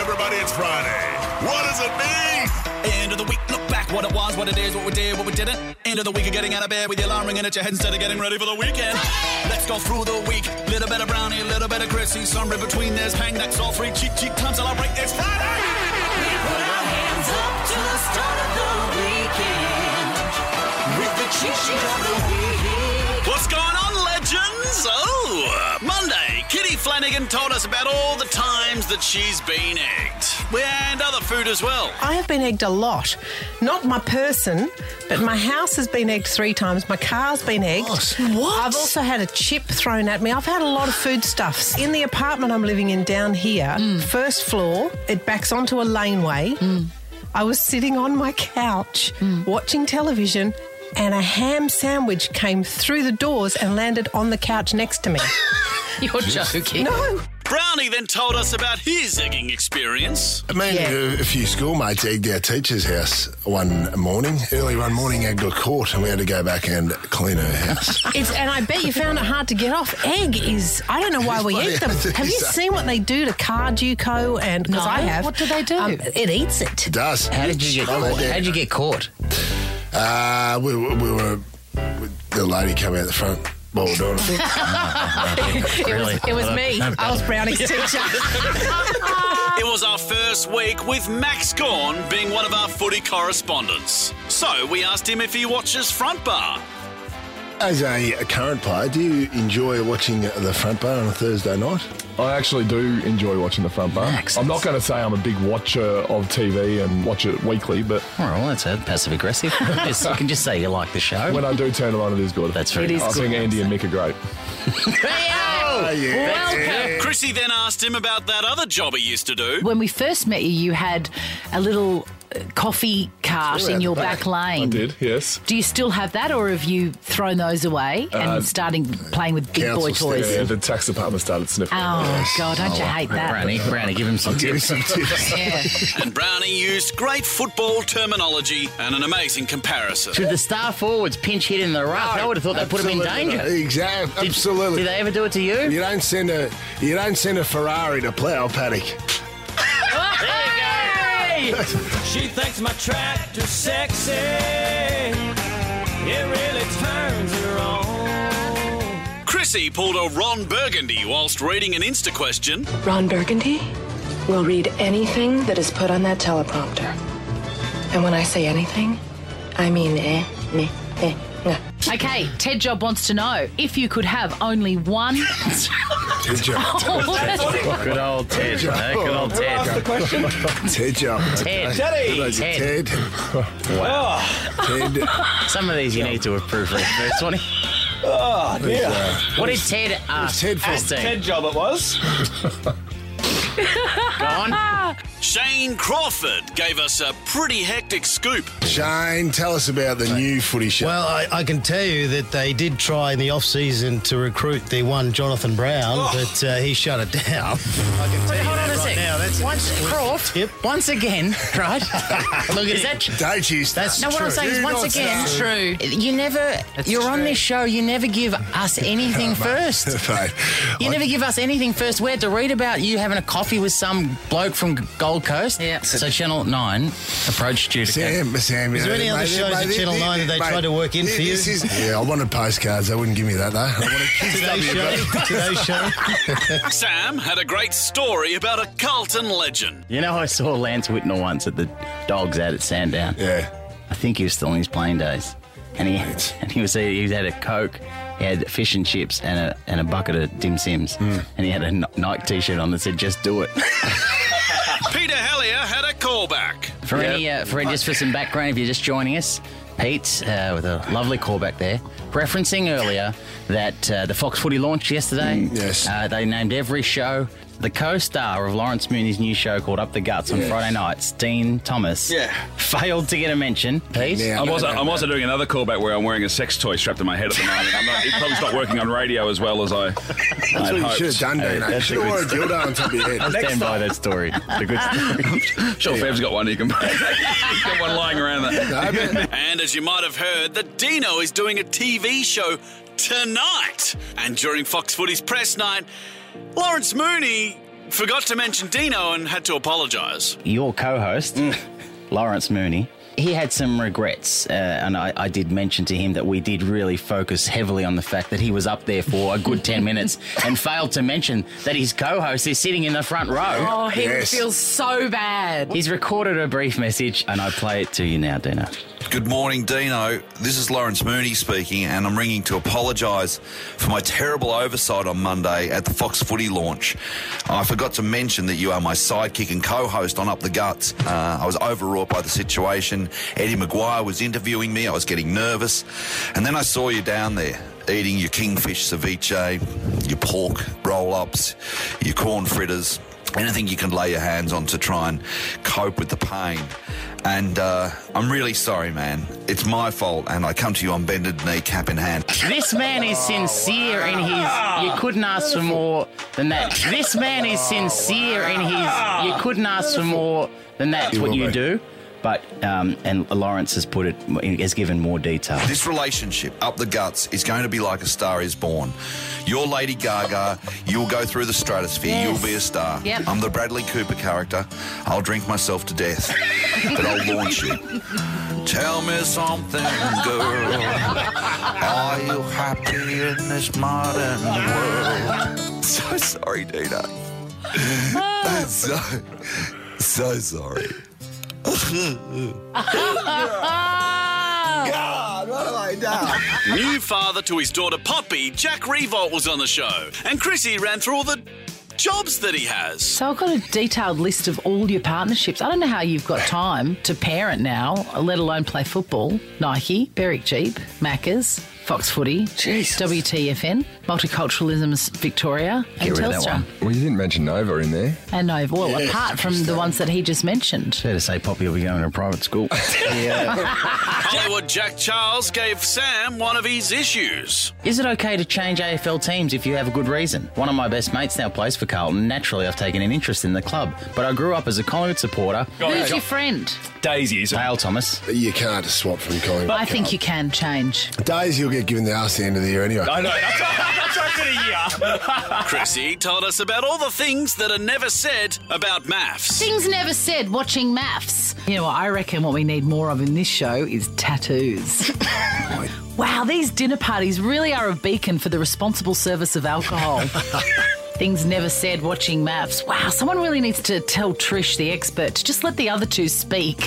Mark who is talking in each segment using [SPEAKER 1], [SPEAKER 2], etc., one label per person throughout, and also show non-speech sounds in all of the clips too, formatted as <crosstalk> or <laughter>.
[SPEAKER 1] everybody. It's Friday. What does it mean?
[SPEAKER 2] End of the week, look back what it was, what it is, what we did, what we didn't. End of the week of getting out of bed with your alarm ringing at your head instead of getting ready for the weekend. Let's go through the week. Little bit of brownie, little bit of Chrissy, somewhere between there's hang that's all free. Cheek, cheek, time celebrate. It's Friday.
[SPEAKER 3] We put our hands up to the start of the weekend with the cheat sheet of the week.
[SPEAKER 2] What's going on, legends? Oh, Monday, Kitty Flanagan told us about all the times that she's been egged. And other food as well.
[SPEAKER 4] I have been egged a lot. Not my person, but my house has been egged three times. My car's been egged.
[SPEAKER 3] What?
[SPEAKER 4] I've also had a chip thrown at me. I've had a lot of foodstuffs. In the apartment I'm living in down here,
[SPEAKER 3] Mm.
[SPEAKER 4] first floor, it backs onto a laneway. I was sitting on my couch
[SPEAKER 3] Mm.
[SPEAKER 4] watching television. And a ham sandwich came through the doors and landed on the couch next to me.
[SPEAKER 3] <laughs> You're joking.
[SPEAKER 4] No.
[SPEAKER 2] Brownie then told us about his egging experience.
[SPEAKER 5] Mainly
[SPEAKER 3] Yeah.
[SPEAKER 5] uh, a few schoolmates egged our teacher's house one morning, early one morning, egged her court, and we had to go back and clean her
[SPEAKER 6] <laughs>
[SPEAKER 5] house.
[SPEAKER 4] It's, and I bet you found it hard to get off. Egg is, I don't know why we
[SPEAKER 5] Bloody
[SPEAKER 4] eat them.
[SPEAKER 5] hard to
[SPEAKER 4] Have you
[SPEAKER 5] say.
[SPEAKER 4] seen what they do to car duco? And because
[SPEAKER 3] No.
[SPEAKER 4] I have, Um,
[SPEAKER 3] What do they do?
[SPEAKER 4] it eats it.
[SPEAKER 5] It does.
[SPEAKER 6] How did you get
[SPEAKER 5] Oh,
[SPEAKER 6] caught?
[SPEAKER 5] yeah.
[SPEAKER 6] How did you get caught?
[SPEAKER 5] Uh, we, we, we were. the lady came out the front while we were
[SPEAKER 6] <laughs>
[SPEAKER 5] doing it.
[SPEAKER 6] Really? Uh,
[SPEAKER 4] It was me. I was Brownie's teacher.
[SPEAKER 2] It was our first week with Max Gorn being one of our footy correspondents. So we asked him if he watches Front Bar.
[SPEAKER 5] As a, a current player, do you enjoy watching the front bar on a Thursday night?
[SPEAKER 7] I actually do enjoy watching the front bar.
[SPEAKER 6] Max,
[SPEAKER 7] I'm
[SPEAKER 6] that's-
[SPEAKER 7] not going to say I'm a big watcher of TV and watch it weekly, but
[SPEAKER 6] Oh, well, that's a passive
[SPEAKER 5] <laughs>
[SPEAKER 6] aggressive. Yes, you can just say you like the show.
[SPEAKER 7] when I do turn it on, it is good.
[SPEAKER 6] That's very
[SPEAKER 7] I
[SPEAKER 6] It is
[SPEAKER 7] think
[SPEAKER 6] good.
[SPEAKER 7] Andy and Mick are great.
[SPEAKER 5] Oh, yeah.
[SPEAKER 3] Welcome.
[SPEAKER 2] Chrissy then asked him about that other job he used to do.
[SPEAKER 3] When we first met you, you had a little uh, coffee cart
[SPEAKER 5] Still
[SPEAKER 3] in
[SPEAKER 5] had
[SPEAKER 3] your
[SPEAKER 5] the
[SPEAKER 3] back,
[SPEAKER 5] back.
[SPEAKER 3] lane.
[SPEAKER 7] I did, yes.
[SPEAKER 3] Do you still have that, or have you thrown those away and starting playing with big boy
[SPEAKER 5] Council
[SPEAKER 3] toys?
[SPEAKER 7] Yeah, the tax department started sniffing.
[SPEAKER 3] Oh God, don't you hate that?
[SPEAKER 6] Brownie, Brownie, give him some
[SPEAKER 5] Give me
[SPEAKER 6] tips.
[SPEAKER 5] some
[SPEAKER 2] <laughs>
[SPEAKER 5] tips.
[SPEAKER 2] And Brownie used great football terminology and an amazing comparison.
[SPEAKER 6] Should the star forwards pinch hit in the rough? I would have thought that put him in
[SPEAKER 5] Absolutely.
[SPEAKER 6] danger.
[SPEAKER 5] Exactly.
[SPEAKER 6] Did-
[SPEAKER 5] Absolutely.
[SPEAKER 6] Did they ever do it to you?
[SPEAKER 5] You don't send a you don't send a Ferrari to plough a
[SPEAKER 6] <laughs>
[SPEAKER 5] paddock.
[SPEAKER 6] There you go.
[SPEAKER 8] She thinks my tractor sexy. It really turns her on.
[SPEAKER 2] Chrissy pulled a Ron Burgundy whilst reading an Insta question.
[SPEAKER 9] Ron Burgundy will read anything that is put on that teleprompter. And when I say anything, I mean eh, me, eh, nah.
[SPEAKER 3] Okay, Ted Job wants to know if you could have only one.
[SPEAKER 5] Good
[SPEAKER 6] Oh,
[SPEAKER 5] job.
[SPEAKER 6] Good old Ted. eh? Good old Ted.
[SPEAKER 8] Question?
[SPEAKER 5] Ted job.
[SPEAKER 6] Ted.
[SPEAKER 8] Teddy!
[SPEAKER 5] Good idea.
[SPEAKER 6] Ted.
[SPEAKER 5] Ted. Ted.
[SPEAKER 6] Some of these you need to have proofread. First one.
[SPEAKER 5] Ah,
[SPEAKER 8] Yeah.
[SPEAKER 6] What did Ted ask?
[SPEAKER 5] Ted for-
[SPEAKER 6] Christine?
[SPEAKER 8] Ted job it was.
[SPEAKER 6] Go on.
[SPEAKER 2] Shane Crawford gave us a pretty hectic scoop.
[SPEAKER 5] Shane, tell us about the new footy show.
[SPEAKER 10] Well, I, I can tell you that they did try in the off season to recruit their one Jonathan Brown, but uh, he shut it down. <laughs> I can tell you
[SPEAKER 6] Oh. Hold
[SPEAKER 10] that
[SPEAKER 6] on a
[SPEAKER 10] right
[SPEAKER 6] sec.
[SPEAKER 10] now. That's
[SPEAKER 6] Once Croft.
[SPEAKER 10] Yep.
[SPEAKER 6] Once again, right? Look, is that
[SPEAKER 5] Don't you start.
[SPEAKER 10] That's
[SPEAKER 6] No, what I'm saying is,
[SPEAKER 5] Do
[SPEAKER 6] once
[SPEAKER 5] not
[SPEAKER 6] again,
[SPEAKER 5] start.
[SPEAKER 3] True.
[SPEAKER 6] you never. you're on this show. You never give us anything first.
[SPEAKER 5] Mate,
[SPEAKER 6] You
[SPEAKER 5] I-
[SPEAKER 6] never give us anything first. We had to read about you having a coffee with some bloke from Gold Coast.
[SPEAKER 3] Yeah.
[SPEAKER 6] So Channel Nine approached you. To
[SPEAKER 5] Sam, Sam,
[SPEAKER 10] Is there any other shows at Channel 9 that they tried to work in for you?
[SPEAKER 5] This is, yeah, I wanted postcards. They wouldn't give me that, though. I wanted kids
[SPEAKER 10] today's
[SPEAKER 5] W, bro.
[SPEAKER 10] show. Today's show.
[SPEAKER 2] Sam had a great story about a Carlton legend.
[SPEAKER 6] <laughs> You know, I saw Lance Whitnell once at the Dogs out at Sandown.
[SPEAKER 5] Yeah.
[SPEAKER 6] I think he was still in his playing days, and he <laughs> and he was he had a coke, he had fish and chips, and a and a bucket of dim sims, and he had a Nike t-shirt on that said "Just do it." <laughs>
[SPEAKER 2] Peter Hellier had a callback.
[SPEAKER 6] For any, uh, for just for some background, if you're just joining us, Pete uh, with a lovely callback there, referencing earlier that uh, the Fox Footy launched yesterday.
[SPEAKER 5] yes.
[SPEAKER 6] uh, they named every show. The co-star of Lawrence Mooney's new show called Up the Guts on Friday nights, Dean Thomas, yeah. <laughs> failed to get a mention. Pete,
[SPEAKER 5] Now,
[SPEAKER 11] I'm also, I'm also doing another callback where I'm wearing a sex toy strapped to my head at the moment. I'm not, it probably's not working on radio as well as I.
[SPEAKER 5] that's what you should have done, Dino.
[SPEAKER 6] Hey,
[SPEAKER 5] You
[SPEAKER 6] that's
[SPEAKER 5] should have
[SPEAKER 6] a
[SPEAKER 5] worn a dildo on top of your
[SPEAKER 6] <laughs>
[SPEAKER 5] head.
[SPEAKER 6] stand by that story. It's
[SPEAKER 5] <laughs>
[SPEAKER 6] a good story.
[SPEAKER 11] Sure, Fab's got one. He can. <laughs> He's got one lying around there.
[SPEAKER 2] And as you might have heard, that Dino is doing a TV show tonight. And during Fox Footy's press night, Lawrence Mooney Forgot to mention Dino and had to apologise.
[SPEAKER 6] your co-host
[SPEAKER 12] Mm.
[SPEAKER 6] Lawrence Mooney. He had some regrets, uh, and I, I did mention to him that we did really focus heavily on the fact that he was up there for a good
[SPEAKER 12] <laughs>
[SPEAKER 6] 10 minutes and failed to mention that his co host is sitting in the front row.
[SPEAKER 12] Oh, he feels so bad.
[SPEAKER 6] He's recorded a brief message, and I play it to you now, Dina.
[SPEAKER 13] Good morning, Dino. This is Lawrence Mooney speaking, and I'm ringing to apologise for my terrible oversight on Monday at the Fox Footy launch. I forgot to mention that you are my sidekick and co host on Up the Guts. Uh, I was overwrought by the situation. Eddie Maguire was interviewing me, I was getting nervous, and then I saw you down there eating your kingfish ceviche, your pork roll ups, your corn fritters. Anything you can lay your hands on to try and cope with the pain. And uh, I'm really sorry, man. It's my fault, and I come to you on bended knee, cap in hand.
[SPEAKER 6] This man is sincere in his. You couldn't ask for more than that. This man is sincere in his. You couldn't ask for more than that. That's what you do. But um, and Lawrence has put it has given more detail.
[SPEAKER 13] This relationship, up the guts, is going to be like a star is born. You're Lady Gaga. You'll go through the stratosphere.
[SPEAKER 12] Yes.
[SPEAKER 13] You'll be a star.
[SPEAKER 12] Yep.
[SPEAKER 13] I'm the Bradley Cooper character. I'll drink myself to death, but I'll launch you. Tell me something, girl. Are you happy in this modern world? <laughs> So sorry, Dina.
[SPEAKER 12] <laughs>
[SPEAKER 13] That's so, so
[SPEAKER 12] <laughs>
[SPEAKER 13] sorry. <laughs>
[SPEAKER 3] God, what have I done?
[SPEAKER 2] New father to his daughter Poppy, Jack Revolt was on the show, and Chrissy ran through all the jobs that he has.
[SPEAKER 12] So I've got a detailed list of all your partnerships. I don't know how you've got time to parent now, let alone play football. Nike, Berwick Jeep, Macca's, Fox Footy, WTFN, Multiculturalism Victoria, and Telstra.
[SPEAKER 7] Well, you didn't mention Nova in there.
[SPEAKER 12] And no, well,
[SPEAKER 7] Yes,
[SPEAKER 12] apart from the ones that he just mentioned.
[SPEAKER 6] Fair to say, Poppy will be going to a private school.
[SPEAKER 2] Hollywood Jack Charles gave Sam one of his issues.
[SPEAKER 6] Is it okay to change AFL teams if you have a good reason? One of my best mates now plays for Carlton. Naturally, I've taken an interest in the club, but I grew up as a Collingwood supporter.
[SPEAKER 12] Who's your friend?
[SPEAKER 6] Daisy is Dale Thomas.
[SPEAKER 5] You can't swap from Collingwood.
[SPEAKER 12] I think you can change.
[SPEAKER 5] Days you'll get given the arse at the end of the year anyway.
[SPEAKER 2] I know. Chrissy told us about all the things that are never said about maths.
[SPEAKER 12] Things never said watching maths. You know what? I reckon what we need more of in this show is <laughs> tattoos. wow, these dinner parties really are a beacon for the responsible service of <laughs> alcohol. Things never said watching maths. Wow, someone really needs to tell Trish, the expert, to just let the other two speak. <laughs>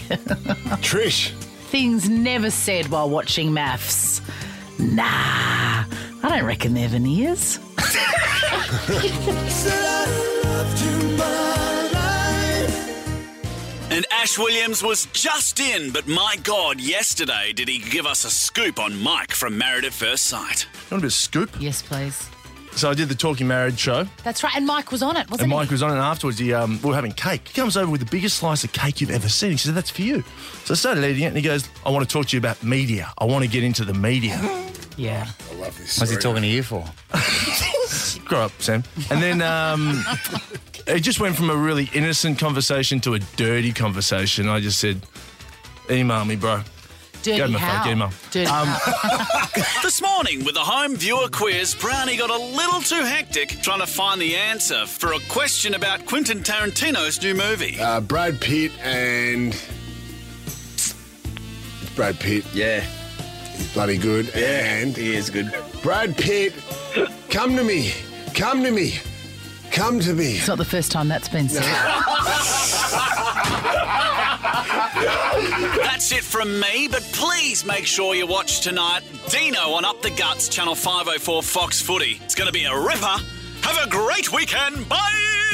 [SPEAKER 5] Trish.
[SPEAKER 12] Things never said while watching maths. Nah, I don't reckon they're veneers.
[SPEAKER 2] And Ash Williams was just in, but my God, yesterday did he give us a scoop on Mike from Married at First Sight.
[SPEAKER 14] You want a bit of scoop?
[SPEAKER 12] Yes, please.
[SPEAKER 14] So I did the Talking Marriage show,
[SPEAKER 12] That's right, and Mike was on it, wasn't
[SPEAKER 14] and
[SPEAKER 12] he?
[SPEAKER 14] Mike was on, and afterwards he, um, we were having cake. He comes over with the biggest slice of cake you've ever seen. He says, "That's for you." So I started eating it, and he goes, "I want to talk to you about media. I want to get into the media."
[SPEAKER 12] Yeah.
[SPEAKER 5] I love this.
[SPEAKER 14] What's he talking
[SPEAKER 6] to you for?
[SPEAKER 14] Grow up, Sam. And then um, it just went from a really innocent conversation to a dirty conversation. I just said, "Email me, bro."
[SPEAKER 12] Dirty
[SPEAKER 14] Go to my phone,
[SPEAKER 12] how?
[SPEAKER 14] get him up.
[SPEAKER 12] Dirty how?
[SPEAKER 2] this morning, with the home viewer quiz, Brownie got a little too hectic trying to find the answer for a question about Quentin Tarantino's new movie.
[SPEAKER 5] Uh, Brad Pitt and Brad Pitt. Yeah, he's bloody good. and he is good. Brad Pitt, come to me, come to me, come to me.
[SPEAKER 12] It's not the first time that's been said.
[SPEAKER 2] That's it from me, but please make sure you watch tonight Dino on Up the oh Guts, Channel 504 Fox Footy. It's going to be a ripper. Have a great weekend. Bye.